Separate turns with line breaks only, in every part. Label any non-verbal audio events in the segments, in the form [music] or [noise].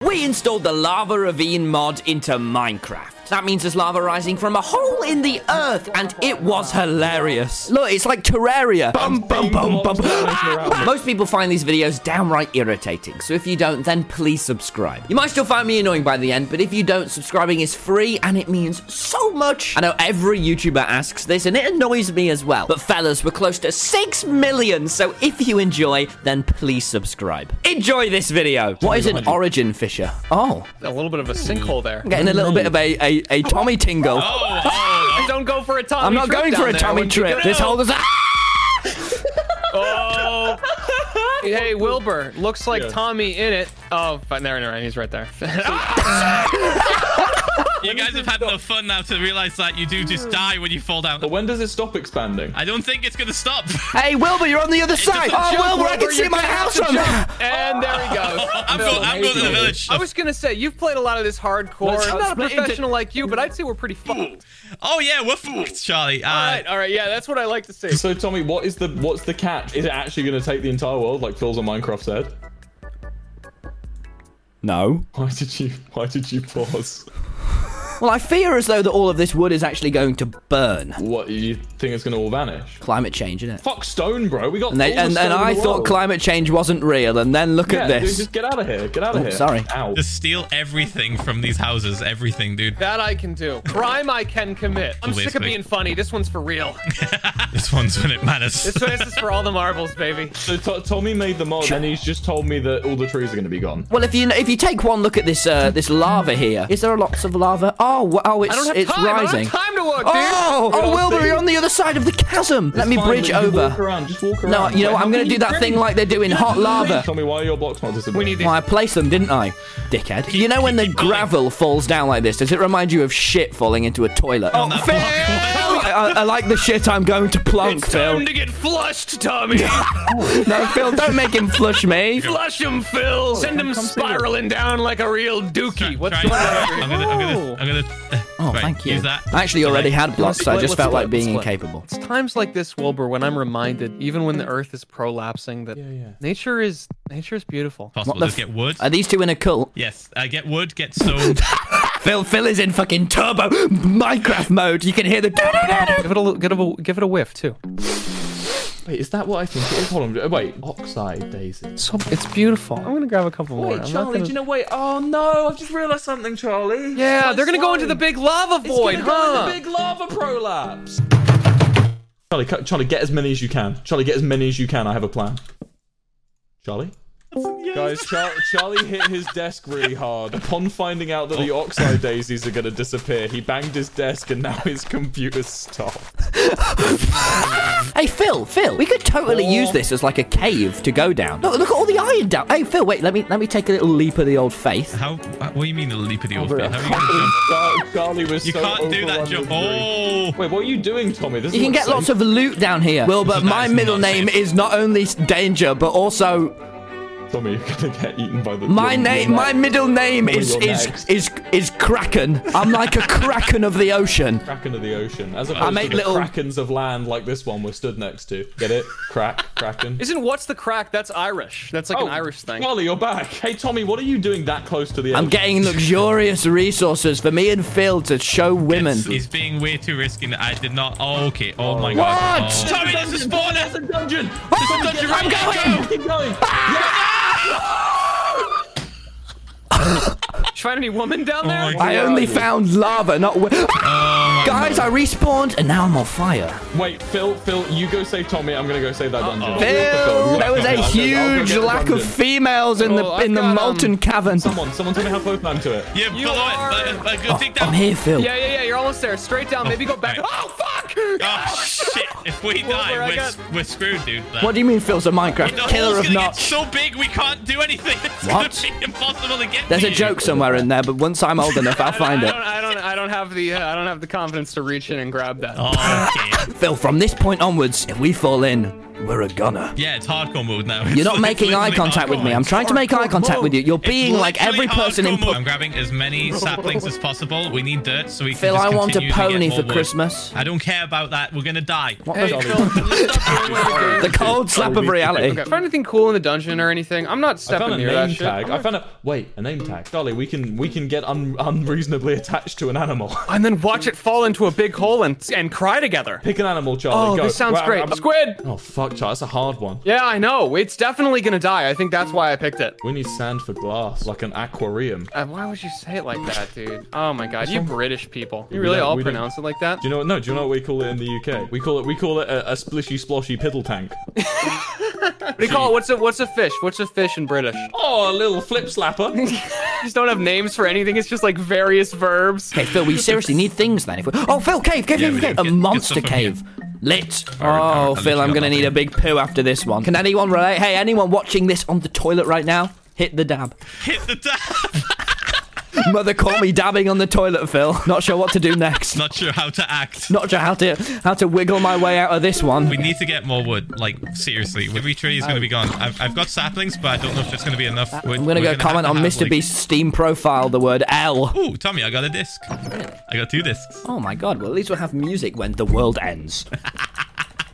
We installed the Lava Ravine mod into Minecraft. That means there's lava rising from a hole in the earth, and it was hilarious. Look, it's like Terraria. Bum, bum, bum, Ah! bum. Most people find these videos downright irritating, so if you don't, then please subscribe. You might still find me annoying by the end, but if you don't, subscribing is free and it means so much. I know every YouTuber asks this, and it annoys me as well. But fellas, we're close to 6 million, so if you enjoy, then please subscribe. Enjoy this video. What is an origin fisher? Oh,
A little bit of a sinkhole there.
I'm getting a little bit of a, a, a Tommy tingle.
Oh, oh, don't go for a Tommy.
I'm not
trip
going for
down
a
there
Tommy
when you
trip.
go-
This whole [laughs] is.
Oh. hey, Wilbur. Looks like
Yes.
Tommy in it. Oh, but never, never. mind, He's right there. [laughs]
You guys have had enough fun now to realize that you do
Hmm.
just die when you fall down.
But when does it stop expanding?
I don't think it's gonna
[laughs]
stop.
Hey, Wilbur, you're on the other side.
doesn't
Oh,
jump,
Wilbur, I
Wilbur,
can see
you're
my
gonna have
house
to
from.
jump. and there he goes.
[laughs] I'm, go- I'm going to the village.
I was gonna say you've played a lot of this hardcore.
Let's-
I'm not
let's
a
split into-
professional like you, but I'd say we're pretty fucked.
Oh yeah, we're fucked, Charlie. Uh,
All right, all right, yeah, that's what I like to see.
So Tommy, what is the what's the catch? Is it actually going to take the entire world, like Phil's on Minecraft said?
[laughs] No.
Why did you Why did you pause?
Well, I fear as though that all of this wood is actually going to burn.
What you think it's going to all vanish?
Climate change, isn't it?
Fuck stone, bro. We got
And, they,
all the
and,
stone
and
in the
I thought
world.
climate change wasn't real, and then look
Yeah,
at
dude,
this. Oh,
just get out of here. Get out of here.
sorry.
Ow.
Just steal everything from these houses, everything, dude.
That I can do. Crime I can commit. I'm sick of
Basically.
being funny. This one's for real.
This one's when it matters. [laughs]
This, this is for all the marbles, baby.
So To- Tommy made the mod, and he's just told me that all the trees are going to be gone.
Well, if you if you take one look at this uh, this lava here, is there lots of lava? Oh, w- oh, it's
I don't have
it's
time. I
rising.
don't have time to work, dude.
Oh,
Good
oh,
old
Wilbur,
thing.
you're on the other side of the chasm. Let me
Fine,
bridge
you can Walk
over.
around. Just walk around.
No, you know what?
Wait,
I'm
how
going
can
to do
you
that thing
breathe?
like they're doing hot lava.
[laughs] Tommy, why are your blocks not disappearing?
We need these.
Well, I placed them, didn't I? Dickhead. You know
[laughs]
when the
keep going.
gravel falls down like this, does it remind you of shit falling into a toilet? Oh,
that
Phil!
block.
I, I like the shit I'm going to plonk,
It's
Phil.
time to get flushed, Tommy.
[laughs] No, [laughs] Phil, don't make him flush me.
Flush him, Phil. Send him spiraling down like a real dookie. [laughs] What's
Try-
going on?
I'm gonna, I'm gonna, I'm gonna. uh,
Oh,
right,
thank you.
Use that.
I actually already
Alright.
had blocks, so I
Split,
just
let's
felt
split,
like being
let's split.
incapable.
It's times like this, Wilbur, when I'm reminded, even when the Earth is prolapsing, that
yeah.
nature is nature is beautiful.
Possible.
the
Just
f-
get wood.
Are these two in a cult?
Yes, uh, get wood,
[laughs]
get stone.
Phil, Phil is in fucking turbo Minecraft mode. You can hear the. [laughs]
Give it a little, give it a, give it a whiff too.
Wait, is that what I think it is? Hold on. Wait, oxide daisies.
So it's beautiful. I'm gonna grab a couple more. I'm
Wait,
not
Charlie,
gonna-
do you know? Wait, oh no, I've just realised something, Charlie.
yeah,
It's
they're gonna go
slime.
into the big lava
It's
void,
gonna go in
huh?
the big lava prolapse. Charlie, cu- Charlie, get as many as you can. Charlie, get as many as you can. I have a plan. Charlie. Guys, Char- Charlie hit his desk really hard. Upon finding out that the oxide daisies are going to disappear, he banged his desk and now his computer's stopped. [laughs]
Hey, Phil, Phil, we could totally use this as like a cave to go down. Look, look at all the iron down. Hey, Phil, wait, let me let me take a little leap of the old faith.
How? uh, What do you mean the leap of the old
bro.
field? How are you gonna jump?
Char- Charlie was
You
so
can't do
overrun
that jump.
with grief.
Oh.
Wait, what are you doing, Tommy? This
You can get lots of loot down here. Well, but
That
my
is
middle
not
name
safe.
is not only danger, but also
Tommy, you're going to get eaten by the.
my
your-
name.
your
My
neck.
middle name is
you're
is
next.
is is Kraken. I'm like a Kraken of the ocean.
Kraken of the ocean, as opposed
make
to the
little-
krakens of land like this one we're stood next to. Get it? Crack, kraken. Oh,
Isn't what's the crack? That's Irish. That's like an Irish thing.
Charlie, you're back. Hey, Tommy, what are you doing that close to the edge?
I'm getting luxurious resources for me and Phil to show women.
It's, it's being way too risky. and I did not. Oh, okay. Oh my god.
What?
Oh. Tommy, there's a
That's
spawner.
a dungeon.
Oh,
There's a dungeon.
I'm going.
Keep going. Keep going.
Did you find any woman
oh
down there?
my
I
Where
only
are you?
found lava, not. Wi- Guys, I respawned and now I'm on fire.
Wait, Phil, Phil, you go save Tommy. I'm gonna go save that dungeon.
Phil, there was a
I'll go- I'll go
huge
get the
lack of
dungeon.
females in the
Oh,
in the
I've got,
molten
um,
cavern.
Someone, someone, tell me how close I am to it.
Yeah,
You
below
are-
it. But, but go take that.
I'm here, Phil.
Yeah, yeah, yeah. You're almost there. Straight down. Maybe go back.
Alright.
Oh fuck!
Oh shit! If we
Wilbur,
die,
I
we're,
got-
s- we're screwed, dude. Like,
What do you mean Phil's a Minecraft
the hole's
killer of
gonna get
not?
so big we can't do anything. [laughs] It's
What?
gonna be impossible to get.
There's
to
a
you.
joke somewhere in there, but once I'm old enough, I'll find
I
it.
don't, I don't, I don't have the, uh, I don't have the confidence to reach in and grab that.
Oh, okay.
Phil, from this point onwards, if we fall in, We're a gunner.
Yeah, [laughs] it's hardcore mode now.
You're not making eye contact with me. I'm trying to make eye contact with you. You're being like every person in.
I'm grabbing as
[laughs]
many saplings as possible. We need dirt so we
Phil,
can. just
I want a
continue to get
pony
more
for
wood.
Christmas.
I don't care about that. We're gonna die. [laughs]
What
Hey,
the,
Phil, let's [laughs] not throw away the
the
game.
cold slap of reality.
Okay, Find anything cool in the dungeon or anything. I'm not
I
stepping
found a
near that
name
shit.
tag. I found a wait, a name tag. Dolly, we can we can get un, unreasonably attached to an animal. [laughs]
and then watch it fall into a big hole and and cry together.
Pick an animal, Charlie.
Oh,
go.
this sounds
Well,
great.
I'm- I'm-
Squid.
Oh fuck, Charlie, that's a hard one.
Yeah, I know. It's definitely gonna die. I think that's why I picked it.
We need sand for glass, like an aquarium.
Uh, why would you say it like that, dude? Oh my god, you British people. You
We
really
don't-
all
we don't-
pronounce it like that?
Do you know what? No, do you know what we call it in the UK? We call it we call it a, a splishy sploshy piddle tank.
What do you call it? What's a what's a fish? What's a fish in British? You
Oh, a little
[laughs]
flip slapper.
just don't have names for anything. It's just like various verbs.
Okay, Phil, we seriously need things then. If we... Oh, Phil, cave, cave,
Yeah, we
cave,
do.
cave. A
Get- get
monster
stuff from here.
cave. Lit.
I- I
Oh,
literally
Phil, I'm
got
going to need a
nothing.
big poo after this one. Can anyone relate? Hey, anyone watching this on the toilet right now? Hit the dab. [laughs]
Hit the dab.
Mother caught me dabbing on the toilet, Phil. Not sure what to do
[laughs]
next.
[laughs] Not sure how to act.
Not sure how to how to wiggle my way out of this
We
one.
need to get more wood. Like seriously, every tree is gonna be gone. I've, I've got saplings, but I don't know if it's gonna be enough. We're-
I'm gonna
we're
go
have
comment
to
on
have,
Mr.
like-
Beast's Steam profile. The word L.
Ooh, Tommy, I got a disc. I got two discs.
Oh my God. Well, at least we'll have music when the world [laughs] ends.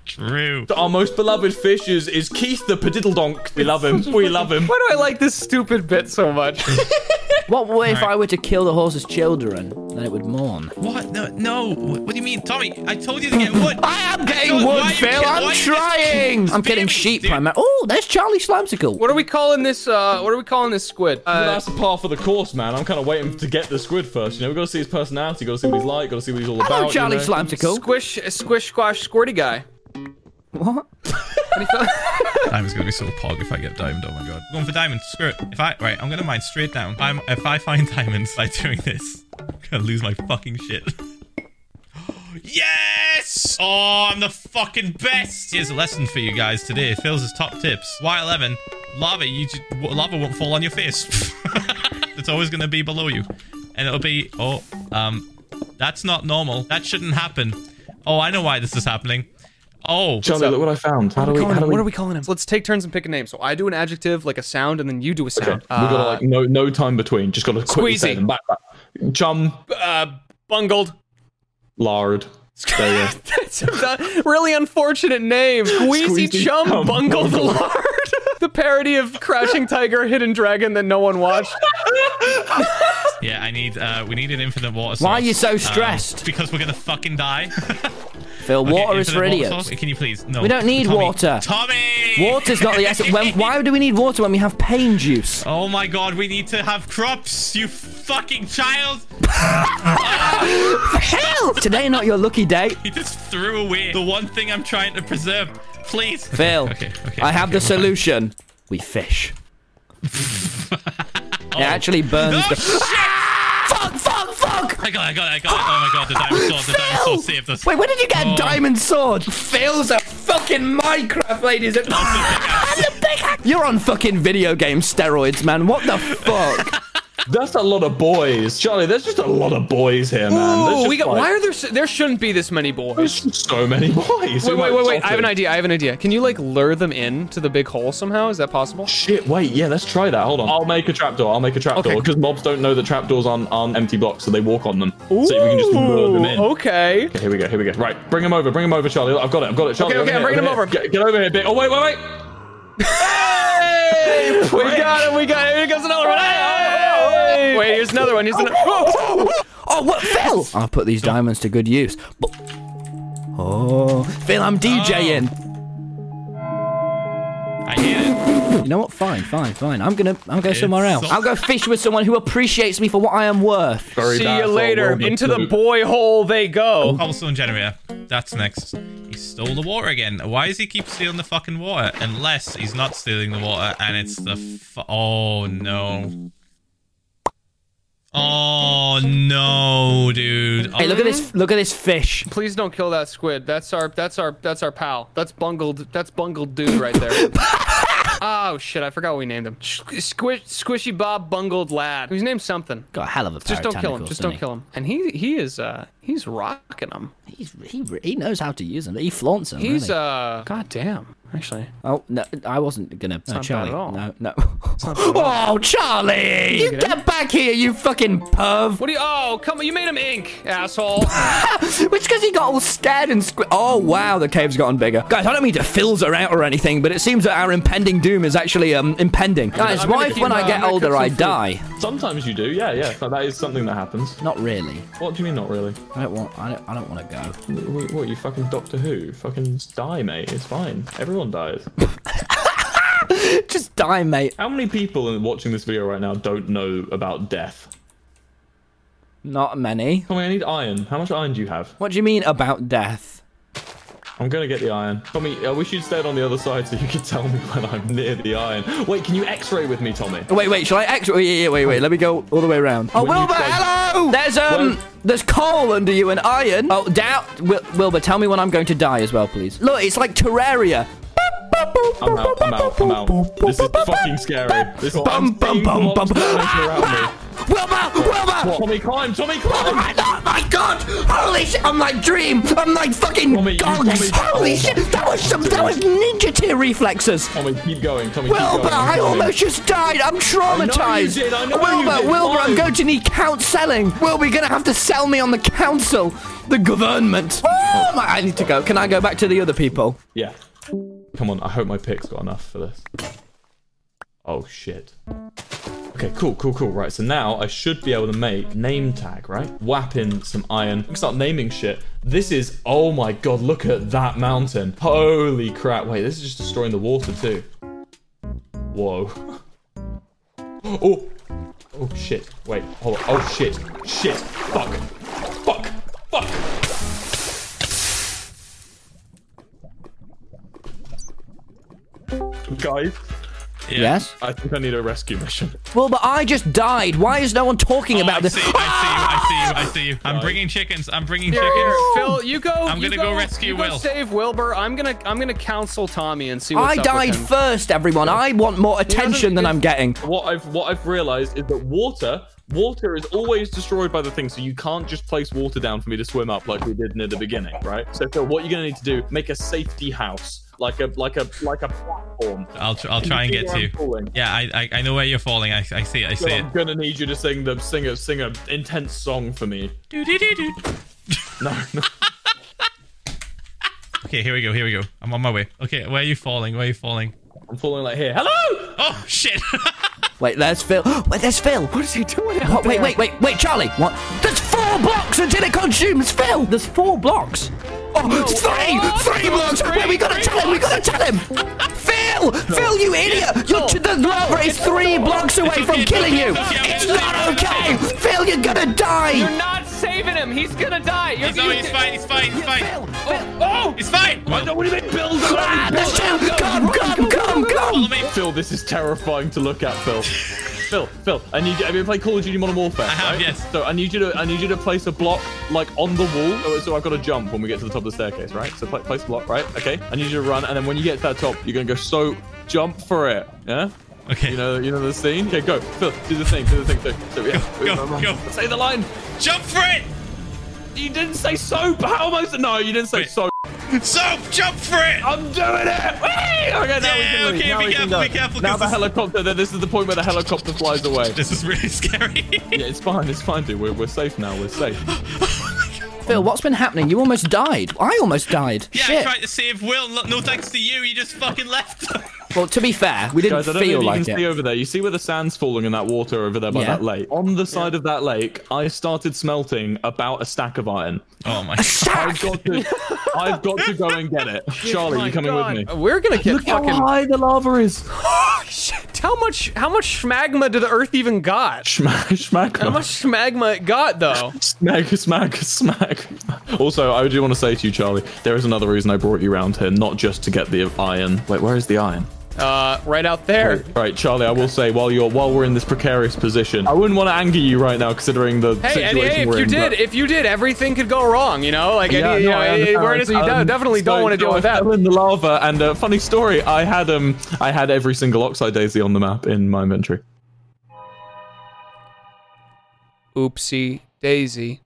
True.
Our most beloved fish is, is Keith the Padiddledonk. We love him. We love him.
Why do I like this stupid bit so
[laughs]
much?
What if
Right.
I were to kill the horse's children? Then it would mourn.
What? No, no. What do you mean, Tommy? I told you to get wood.
I am getting
Phil, why
wood,
are you
Phil.
kill- why
I'm
are you just [laughs]
trying. I'm getting
me,
sheep
dude?
primarily. Oh, there's Charlie Slimesicle.
what are we calling this? Uh, what are we calling this squid?
But
Uh,
that's the par for the course, man. I'm kind of waiting to get the squid first. You know, we got to see his personality, got to see what he's like, got to see what he's all about.
Hello,
you
Charlie
know?
Slimesicle.
squish, squish, squash, squirty guy.
What?
I'm just gonna be so pog if I get diamond. Oh my god. going for diamonds. Screw it. If I right, I'm gonna mine straight down. I'm if I find [laughs] diamonds by doing this, I'm gonna lose my fucking shit. [gasps] yes! Oh, I'm the fucking best. Here's a lesson for you guys today. Phil's his top tips. Y11, lava. You just, lava won't fall on your face. [laughs] it's always gonna be below you, and it'll be oh um, that's not normal. That shouldn't happen. Oh, I know why this is happening. Oh,
Charlie, look what I found. How do we?
Calling
How do
him-
we?
what are we calling him? So let's take turns and pick a name. So I do an adjective, like a sound, and then you do a
Okay.
sound.
we got
Uh,
like no no time between. Just got to quickly say
Squeezy.
them. Back, back. Chum,
uh, bungled. [laughs]
lard. There you go.
That's a really unfortunate name. Queasy
[laughs] Squeezy
Chum
Chum
Bungled
Bungled.
Lard. [laughs] the parody of Crouching Tiger, Hidden Dragon that no one
[laughs]
watched.
Yeah, I need. Uh, we need an infinite water source.
Why are you so
Um,
stressed?
because we're gonna
[laughs]
fucking die.
Phil, water is
Infinite
for
water
idiots.
source? Can you please? No.
We don't need
Tommy.
water.
Tommy.
Water's not the essence.
[laughs]
When, why do we need water when we have pain juice?
Oh my god, we need to have crops. You fucking child.
Hell! Today not your lucky
[laughs]
day.
He just threw away the one thing I'm trying to preserve. Please. [laughs]
Phil,
Okay. Okay.
I have
okay,
the solution. We
[laughs]
fish. It actually burns
Oh,
the.
shit!
Fuck! Fuck! Fuck!
I got it, I got it, I got it. Oh my god, the diamond sword, the diamond sword saved us.
Wait, where did you get a
Oh.
diamond sword? Phil's a fucking Minecraft, ladies and. I'm the Ah, big hack. You're on fucking video game steroids, man. What the fuck?
That's a lot of boys, Charlie. There's just a lot of boys here, man. There's
Ooh,
just
we got.
like-
Why are there? s- There shouldn't be this many boys.
There's just so many [laughs] boys.
Wait, wait, wait, wait. I have an idea. I have an idea. Can you like lure them in to the big hole somehow? Is that possible?
Shit, wait, yeah, let's try that. Hold on. I'll make a trapdoor. I'll make a trapdoor
Okay.
because mobs don't know that trapdoors aren't, aren't empty blocks, so they walk on them. so we can just lure them in.
Ooh, Okay.
Okay, here we go, here we go. Right, bring him over, bring him over, Charlie. Look, I've got it, I've got it, Charlie.
Okay, okay, I'm bringing him
here. Get, get over here, bit. Oh, wait, wait, wait.
[laughs] We got it. We got it. Here comes another one. Hey! Wait, here's another one. Here's another.
Oh, what, Phil? I'll put these diamonds to good use. But- Oh, Phil, I'm DJing.
I hate it.
You know what? Fine, fine, fine. I'm gonna, I'm going somewhere
It's
else.
so-
I'll go fish with someone who appreciates me for what I am worth.
Very
Oh, See
bad
you
for a
later.
world of
Into the
poop.
boy hole they go.
Cobblestone generator. That's next. He stole the water again. Why does he keep stealing the fucking water? Unless he's not stealing the water and it's the. F- oh no. Oh no, dude. Oh,
Hey, look at this, look at this fish.
Please don't kill that squid. That's our that's our that's our pal. That's bungled that's bungled dude right there. [laughs] oh shit, I forgot what we named him. Squish, squishy Bob bungled lad. Who's named something.
Got a hell of a
Just don't kill him.
pyrotechnicals, doesn't
Just don't
he?
kill him. And he he is uh he's rocking him.
He's, he, he knows how to use them. He flaunts them.
He's
really.
uh god damn. Actually,
Oh no, I wasn't gonna.
not bad
Charlie,
at all.
no, no. [laughs] Oh, Charlie! You
it
get back here, you fucking perv!
what do you? Oh, come on! You made him ink, asshole.
It's because he got all scared and squi- Oh wow, the cave's gotten bigger. Guys, I don't mean to filter out or anything, but it seems that our impending doom is actually um impending. Guys,
I'm
why
gonna
if
keep
when I
my-
get
I'm gonna
older
cook
I
some food.
die?
Sometimes you do, yeah, yeah. But that is something that happens.
Not really.
What do you mean, not really?
I don't want. I don't. I don't want to go.
[laughs]
What, what you fucking Doctor Who? Fucking die, mate. It's fine. Everyone dies.
Just die, mate.
How many people in- watching this video right now don't know about death?
Not many.
Tommy, I need iron. How much iron do you have?
What do you mean about death?
I'm gonna get the iron. Tommy, I wish you'd stayed on the other side so you could tell me [laughs] when I'm near the iron. Wait, can you X-ray with me, Tommy?
Oh, Wait, wait. Shall I actually? Yeah, yeah, wait, wait. Let me go all the way around. Oh,
When you
Wilbur,
say-
hello. There's um,
Well-
there's coal under you and iron. Oh, doubt. Wil- Wilbur, tell me when I'm going to die as well, please. Look, it's like Terraria.
I'm out. I'm out. I'm out. This is fucking scary. This is
Bum, bum,
I'm seeing
bum, bum.
blobs vanishing around me.
[laughs] Wilbur, Wilbur.
Tommy, climb! Tommy,
Oh
climb!
my, oh my god! Holy shit! I'm like dream! I'm like fucking
Tommy, you-
goggles!
Tommy-
Holy shit! That was some that was ninja tear reflexes!
Tommy, keep going. Tommy, keep
Wilbur,
going.
I almost just died. I'm traumatized.
I know you did, I know you
Wilbur,
did.
Wilbur, I'm
Why?
going to need counseling. Wilbur, you're going to have to sell me on the council, the government. Oh, my, I need to go. Can I go back to the other people?
Yeah. Come on, I hope my pick's got enough for this. Oh shit. Okay, cool, cool, cool. Right, so now I should be able to make name tag, right? Whap in some iron. We can start naming shit. This is oh my god, look at that mountain. Holy crap. Wait, this is just destroying the water too. Whoa. Oh Oh shit. Wait, hold on. Oh shit. Shit. Fuck. Fuck. Fuck. Guys,
Yes.
I think I need a rescue mission.
Wilbur, I just died. Why is no one talking
Oh,
about
I
this?
see you, I see you, I see you, I see you. I'm bringing chickens. I'm bringing
Here,
chickens.
here,
Oh.
Phil, you go.
I'm
you
gonna go rescue
you
Will.
save Wilbur. I'm gonna, I'm gonna counsel Tommy and see
I
what's up with
died
him.
first, everyone. I want more attention than
it-
I'm getting.
What I've what I've realized is that water water is always destroyed by the thing, so you can't just place water down for me to swim up like we did near the beginning, right? So Phil, what you're gonna need to do, make a safety house. Like a like a like a platform.
I'll, tr- I'll try and
see
get
where
to
I'm
you.
falling?
Yeah, I, I I know where you're falling. I, I see it. I see
Phil,
it.
I'm gonna need you to sing the sing a sing a intense song for me.
Doo-doo-doo-doo.
No, no.
[laughs] Okay, here we go. Here we go. I'm on my way. Okay, where are you falling? Where are you falling?
I'm falling like here. Hello!
Oh shit! [laughs]
Wait, there's Phil. [gasps] Wait, there's Phil. What is he doing? What, wait, wait, wait, wait, Charlie. What? There's four blocks until it consumes Phil. There's four blocks. Oh, three, three blocks. wait, we gotta tell him. We gotta tell him. Phil, Phil, you idiot. You're to the lava is three blocks away
It's
from
okay, it's
killing
okay,
you.
it's okay,
It's
it's okay,
not
it's
okay. Phil, you're gonna die.
You're not saving him. He's gonna die. You're,
He's, oh, he's fine. He's fine. He's
Phil,
fine.
Phil.
Oh,
He's fine. Well,
What do you mean, Bill's
Ah,
oh,
there's two. Come, come, come,
follow
come.
me.
Phil, this is terrifying to look at,
[laughs]
Phil. Phil, Phil, I need you. Have you played Call of Duty Modern Warfare? I
have, yes.
So I need you to I need you to place a block like on the wall. So, so I've got to jump when we get to the top of the staircase, right? So pla- place a block, right? Okay. I need you to run, and then when you get to that top, you're gonna go so jump for it. Yeah.
Okay.
You know, you know the scene. Okay, go, Phil. Do the thing. Do the thing. So, so yeah.
Go, go,
run, run.
go.
Say the line.
Jump for it.
You didn't say soap. How am I? s- No, you didn't say
Wait.
soap.
Soap. Jump for it.
I'm doing it. Whee! Okay, now we
Yeah,
can leave.
okay,
now
be
we can
careful,
go.
be careful,
Now
'cause
the
this-
helicopter. Then this is the point where the helicopter flies away.
This is really [laughs]
[laughs]
scary.
Yeah, it's fine. It's fine, dude. We're, we're safe now. We're safe.
Phil, what's been happening? You almost died. I almost died.
yeah, I
Shit.
tried to save Will. No, no thanks to you. You just fucking left. [laughs]
Well, to be fair, we didn't
Guys, I don't know
feel
if you
like
can see
it.
over there. You see where the sand's falling in that water over there by
Yeah.
that lake. On the side of that lake, I started smelting about a stack of iron.
oh
[laughs]
my.
Sack.
I've got to, I've got to go and get it. Charlie,
Oh
you
my
coming
God.
with me?
We're gonna get fucking.
high the lava is.
[laughs] Shit, How much? How much magma did the Earth even got?
Smash, smack,
How much magma it got though?
smack, smack, smack. Also, I do want to say to you, Charlie, there is another reason I brought you round here, not just to get the iron. Wait, where is the iron?
Uh, right out there.
All right, Charlie. I will say while you're while we're in this precarious position, I wouldn't want to anger you right now, considering the
Hey, and
situation
hey, if
we're
you
in.
did,
but-
if you did, everything could go wrong. You know, like
Yeah,
any,
no,
you know,
I
any-
understand.
we're just- you
Um,
don't- definitely
so-
don't want to deal
so
with
I [laughs]
that.
fell in the lava, and uh, funny story, I had um, I had every single oxide daisy on the map in my inventory. [gasps]
Oopsie daisy.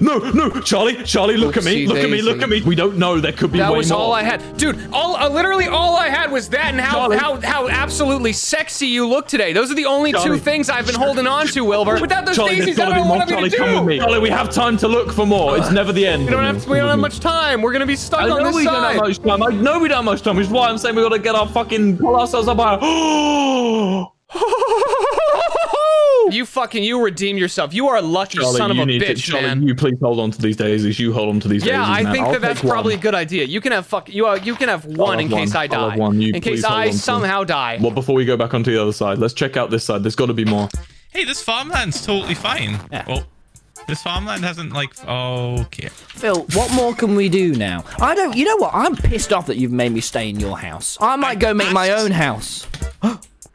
No, no, Charlie, Charlie, look at me,
Oopsie
look at me, look at me. We don't know. There could be
That
way
was
more.
all I had, dude. All uh, literally all I had was that, and how
Charlie.
how how absolutely sexy you look today. Those are the only
Charlie.
two things I've been holding on to,
[laughs]
Wilbur. Without those
Charlie,
daisies,
there's
I
gotta
don't
be
know what
more.
I'm gonna
Charlie,
do.
come with me. Charlie, we have time to look for more. It's never the end.
We don't have we don't have much time. We're gonna be stuck
I
on
know
this
we don't
side.
have much time. I know we don't have much time, which is why I'm saying we gotta get our fucking pull ourselves up [gasps] by our
You fucking you redeem yourself. You are a lucky
Charlie,
son of
you
a
need to,
bitch,
Charlie,
man.
you please hold on to these daisies. You hold on to these
yeah,
daisies.
I
man.
think
I'll
that that's
take one.
probably a good idea. You can have fuck. You uh, you can have one
have
in case
one.
I
I'll
die.
have one. You
in case
please hold on
I
to them.
somehow die.
Well, before we go back onto the other side, let's check out this side. There's got to be more.
Hey, this farmland's totally fine. Well, this farmland hasn't like. Okay.
Phil, what more can we do now? I don't. You know what? I'm pissed off that you've made me stay in your house. I might go make my own house. [gasps]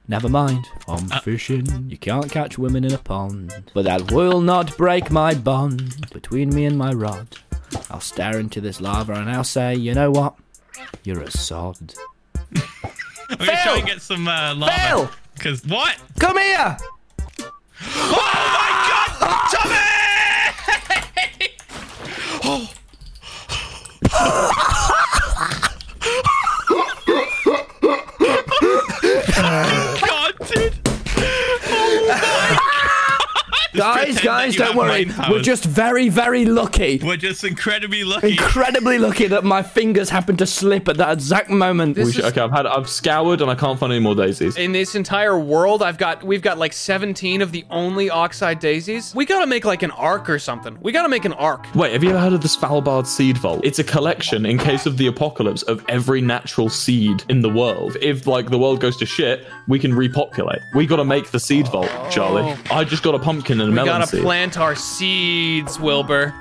Never mind. I'm fishing. You can't catch women in a pond, but that will not break my bond between me and my rod. I'll stare into this lava and I'll say, you know what? You're a sod.
I'm gonna try
Phil!
and get some uh, lava.
Phil!
Cause what?
Come here.
God, dude.
Guys, guys,
pretend that you
don't
have
worry.
mind powers.
We're just very, very lucky.
We're just incredibly lucky.
Incredibly lucky that my fingers happened to slip at that exact moment.
We
This
should,
is-
okay, I've had, I've scoured and I can't find any more daisies.
in this entire world, I've got we've got like 17 of the only oxide daisies. We gotta make like an arc or something. We gotta make an arc.
Wait, have you ever heard of the Svalbard Seed Vault? It's a collection, in case of the apocalypse, of every natural seed in the world. If like the world goes to shit, we can repopulate. We got to make the seed vault, Charlie. I just got a pumpkin and a
Oh. We
melon
gotta
seed.
plant our seeds, Wilbur.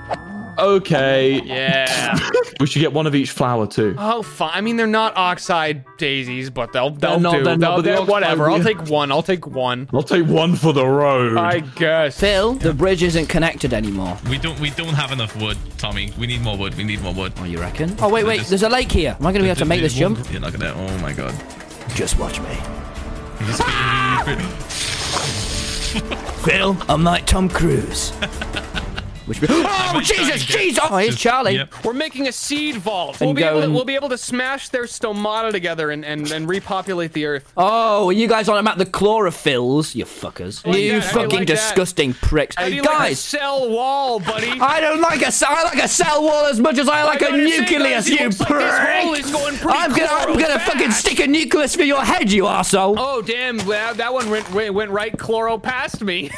okay,
[laughs]
Yeah.
we should get one of each flower too.
oh, fine. I mean, they're not oxide daisies, but they'll they'll
not-
do.
they're not,
They'll,
but they
they'll-
are
whatever. I'll
quite
take one. I'll take one.
I'll take one for the road.
I guess.
Phil, the bridge isn't connected anymore.
We don't. We don't have enough wood, Tommy. We need more wood. We need more wood.
Oh, you reckon? Oh, wait, wait. There's a lake here. Am I going to be able to make this jump?
You're not gonna. Oh my god.
Just watch me. Oh, Phil, I'm like Tom [laughs] Cruise. Which be- oh,
[laughs] might try
Jesus,
and get-
Jesus! Oh, here's Charlie.
Yep.
We're making a seed vault. We'll
And
be,
go
able to,
and-
we'll be able to smash their stomata together and, and, and repopulate the earth.
Oh, are you guys on about the chlorophylls? You fuckers.
Like
you
that, how do you
fucking
like that?
disgusting pricks.
How do you like a
Guys!
cell wall, buddy.
I don't like a cell. I like a cell wall as much as I like a
gotta say,
nucleus,
guys, it
you
looks like
prick!
this hole is going pretty
I'm gonna, I'm
chloro
gonna
fast.
fucking stick a nucleus through your head, you arsehole!
Oh damn! That, that one went, went went right chloro past me.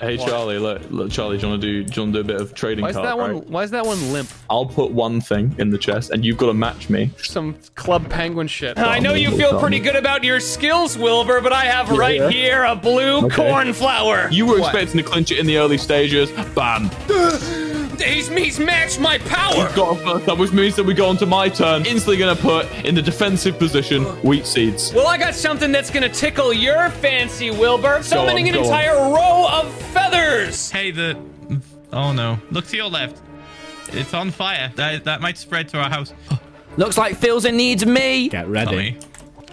hey Charlie, look, look, Charlie, do you want to do, do, you wanna do a bit of trading
Why is
card?
that one?
right?
Why is that one limp?
I'll put one thing in the chest, and you've got to match me.
Some club penguin shit. I know you feel pretty good about your skills, Wilbur, but I have right
yeah.
here a blue cornflower.
You were expecting to clinch it in the early stages. Bam.
He's, he's matched my power.
Got a first up, which means that we go on to my turn. Instantly going to put in the defensive position wheat seeds.
Well, I got something that's gonna tickle your fancy, Wilbur. Summoning an
on, go on.
entire row of feathers.
Hey, the. Oh no. Look to your left. It's on fire. That that might spread to our house.
Looks like Phil's in needs me! Get ready.
Tommy.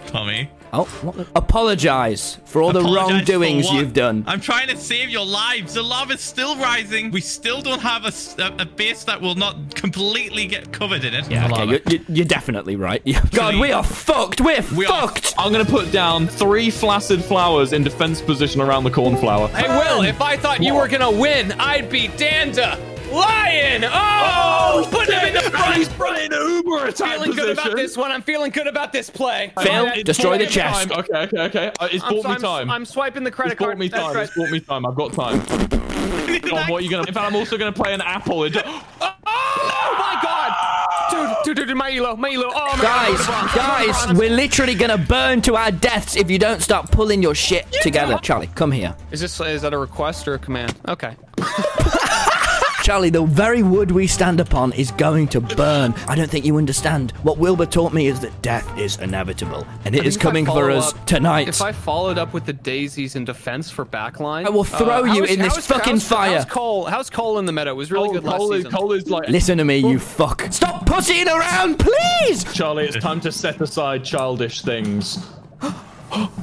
Tommy.
Oh, what the- apologize for all
Apologize
the wrongdoings
for what?
you've done.
I'm trying to save your lives. The lava's still rising. We still don't have a, s- a- a base that will not completely get covered in it.
Yeah,
The
okay,
lava.
you're, you're- you're definitely right. [laughs] Yeah. God, we are fucked. We're
are-
fucked.
I'm going to put down three flaccid flowers in defense position around the cornflower.
Hey, Will, if I thought you were gonna win, I'd be Danda Lion. Oh, putting him in the front.
put in an uber attack
feeling good about this one. I'm feeling good about this play.
Phil,
It's
destroy
bought
the
me
chest.
time.
Okay, okay, okay. Uh, It's
I'm,
bought me
I'm-
time.
I'm swiping the credit
It's bought
card.
me
That's
time.
right.
It's bought me time. I've got time.
[laughs]
God, what are you going to... In fact, I'm also going to play an apple. It-
Oh my god! Dude, dude, dude, my elo, my elo. Oh my
Guys,
god.
guys, we're literally gonna burn to our deaths if you don't start pulling your shit together. Charlie, come here.
Is this is that a request or a command? Okay.
Charlie, the very wood we stand upon is going to burn. I don't think you understand. What Wilbur taught me is that death is inevitable, and it is
If I
coming for
follow
us
up-
tonight.
If I followed up with the daisies in defense for backline, uh,
I will throw you
how
in this
how is-
fucking
how's-
fire.
How's Cole? How's Cole in the meta? It was really
Cole,
good last
Oh, Cole is,
season.
Cole is like...
Listen to me, you fuck. Stop pussying around, please!
Charlie, it's time to set aside childish things. [gasps]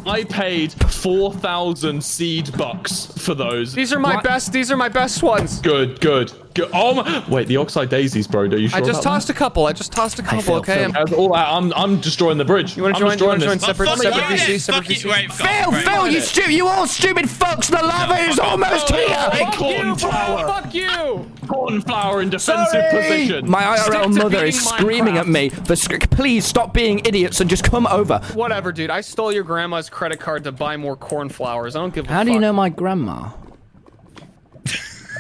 I paid 4,000 seed bucks for those.
These are my
What?
best. These are my best ones.
Good, good, good. Oh my! Wait, the oxide daisies, bro. Are you sure?
I just
about
tossed a couple. I just tossed a couple. Okay.
that? As all, I, am I'm destroying the bridge.
You wanna
I'm
join- you wanna
destroying this.
join Separate-
But Oh, fuck
separate
it,
VCs,
fuck
separate
it.
VCs.
Wait,
Phil,
right.
Phil, you stu- you all stupid fucks. The lava is almost here.
Fuck you,
Oh,
flower.
fuck you!
Cornflower in defensive position.
My
Stick to
IRL mother is
beating
screaming
Minecraft.
at me for sc- please stop being idiots and just come over.
Whatever, dude. I stole your grandma's credit card to buy more cornflowers. I don't give a
How do you
fuck.
know my grandma?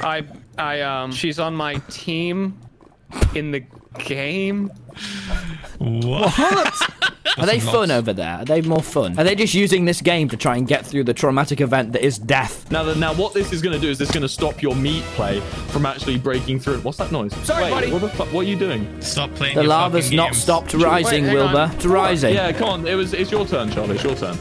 I, I, um, she's on my team in the game.
What?
Are they
some
fun
lots.
over there? Are they more fun? Are they just using this game to try and get through the traumatic event that is death?
Now, that, now, what this is going to do is this going to stop your meat play from actually breaking through. What's that noise?
Sorry,
Wait,
buddy.
What the fuck? What are you doing?
Stop playing
The
your
lava's
fucking
not
games.
stopped rising,
hang
Wilbur.
on.
It's rising.
Yeah, come on. It was. It's your turn, Charlie. It's
[laughs]
your turn.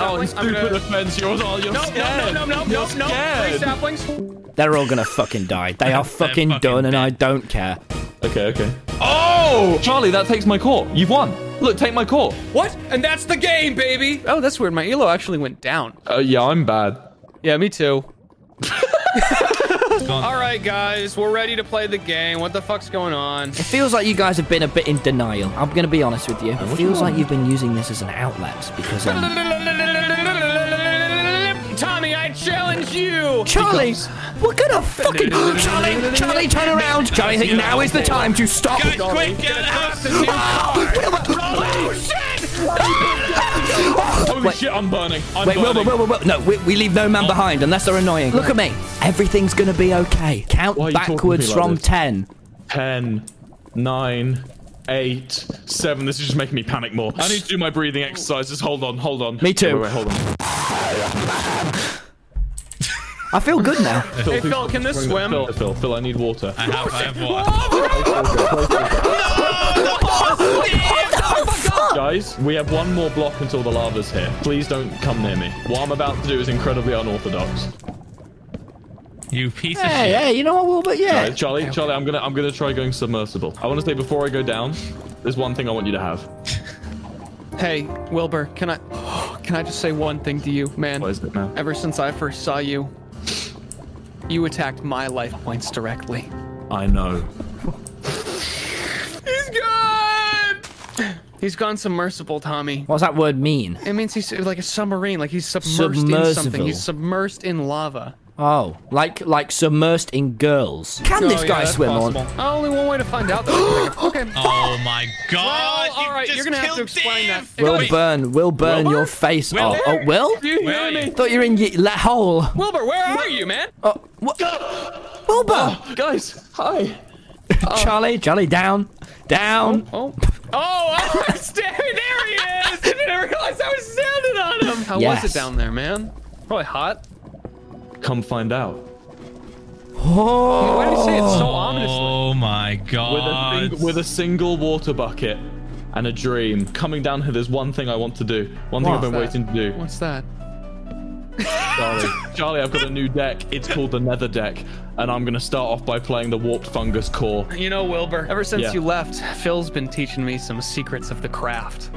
oh,
I'm
it's stupid
gonna-
offense. Yours. Oh, you're
No, no,
scared.
no, no, no, no,
You're
no. Hey,
scared.
saplings.
They're all gonna fucking die. They are fucking
fucking
done, and I don't care.
Okay, okay. Oh, Charlie, that takes my core. You've won. Look, take my core.
What? And that's the game, baby. Oh, that's weird. My elo actually went down.
Uh, yeah, I'm bad.
Yeah, me too. [laughs]
gone.
All right, guys, we're ready to play the game. What the fuck's going on?
It feels like you guys have been a bit in denial. I'm gonna be honest with you. It
what do you
feels like
want?
you've been using this as an outlet because. Um,
Tommy, I challenge you.
Charlie, we're gonna fucking Charlie, Charlie, turn around. Charlie, I think now is the time to stop.
Guys, quick, get out of the house.
Oh, Wilbur! Oh shit!
Holy
Wait.
shit, I'm burning. I'm
Wait,
burning.
Wilbur, Wilbur, Wilbur. No, we, we leave no man behind unless they're annoying. Look at me. Everything's gonna be okay. Count
Why are you talking to me
backwards
like
from
this?
ten.
10, 9, 8, 7. This is just making me panic more. I need to do my breathing exercises. Hold on, hold on.
Me too.
Wait, wait, hold on.
I feel good now.
Hey, Phil, can this swim? Ah.
Phil, Phil, Phil, I need water.
I have, I have
[laughs]
water.
Guys, we have one more block until the lava's here. Please don't come near me. What I'm about to do is incredibly unorthodox.
You piece of
Hey,
shit.
hey, you know what, Wilbur? Yeah.
Right, Charlie, Charlie, I'm gonna I'm gonna try going submersible. I wanna say before I go down, there's one thing I want you to have.
Hey, Wilbur, can I can I just say one thing to you, man?
What is it now?
Ever since I first saw you, you attacked my life points directly.
I know.
He's gone. He's gone submersible, Tommy.
What's that word mean?
It means he's like a submarine, like he's submerged in something.
Submersible.
He's submerged in lava.
Oh, like like submersed in girls. Can this
Oh, yeah,
guy
that's
swim
possible.
on?
Only one way to find out. though. okay.
Oh my god!
Well,
you
all right,
just
you're gonna have to
killed
explain
Dave.
that.
Will
Wait,
burn, will burn your face
Will?
off. Oh, will?
Do you
Where are
hear me?
you?
Thought you're in ye- la hole.
Wilbur, where are you, man?
Oh, what? Wilbur,
Oh, Guys, hi.
Charlie, Charlie, down, down.
Oh. Oh, I was staring. There [laughs] he is. I didn't realize I was sounding on him. How was
Yes.
it down there, man? Probably hot.
Come find out.
Oh,
Why did you say it so ominously?
Oh my
with a,
god!
sing- with a single water bucket and a dream. Coming down here, there's one thing I want to do. One thing
What?
I've been
What's
waiting to do.
What's that?
Charlie, Charlie, I've got a new deck. It's called the Nether Deck, and I'm gonna start off by playing the Warped Fungus Core.
You know, Wilbur. Ever since
Yeah.
you left, Phil's been teaching me some secrets of the craft.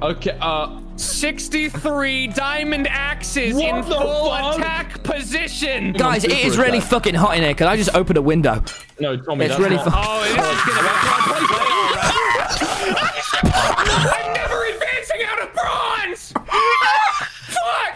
Okay, uh,
63 diamond axes
What
in
the
full
fuck?
attack position.
guys, it is
super
really
attack.
fucking hot in here. Can I just open a window?
no, Tommy,
It's
that's
really
not-
fu-
Oh, it is just gonna. [laughs]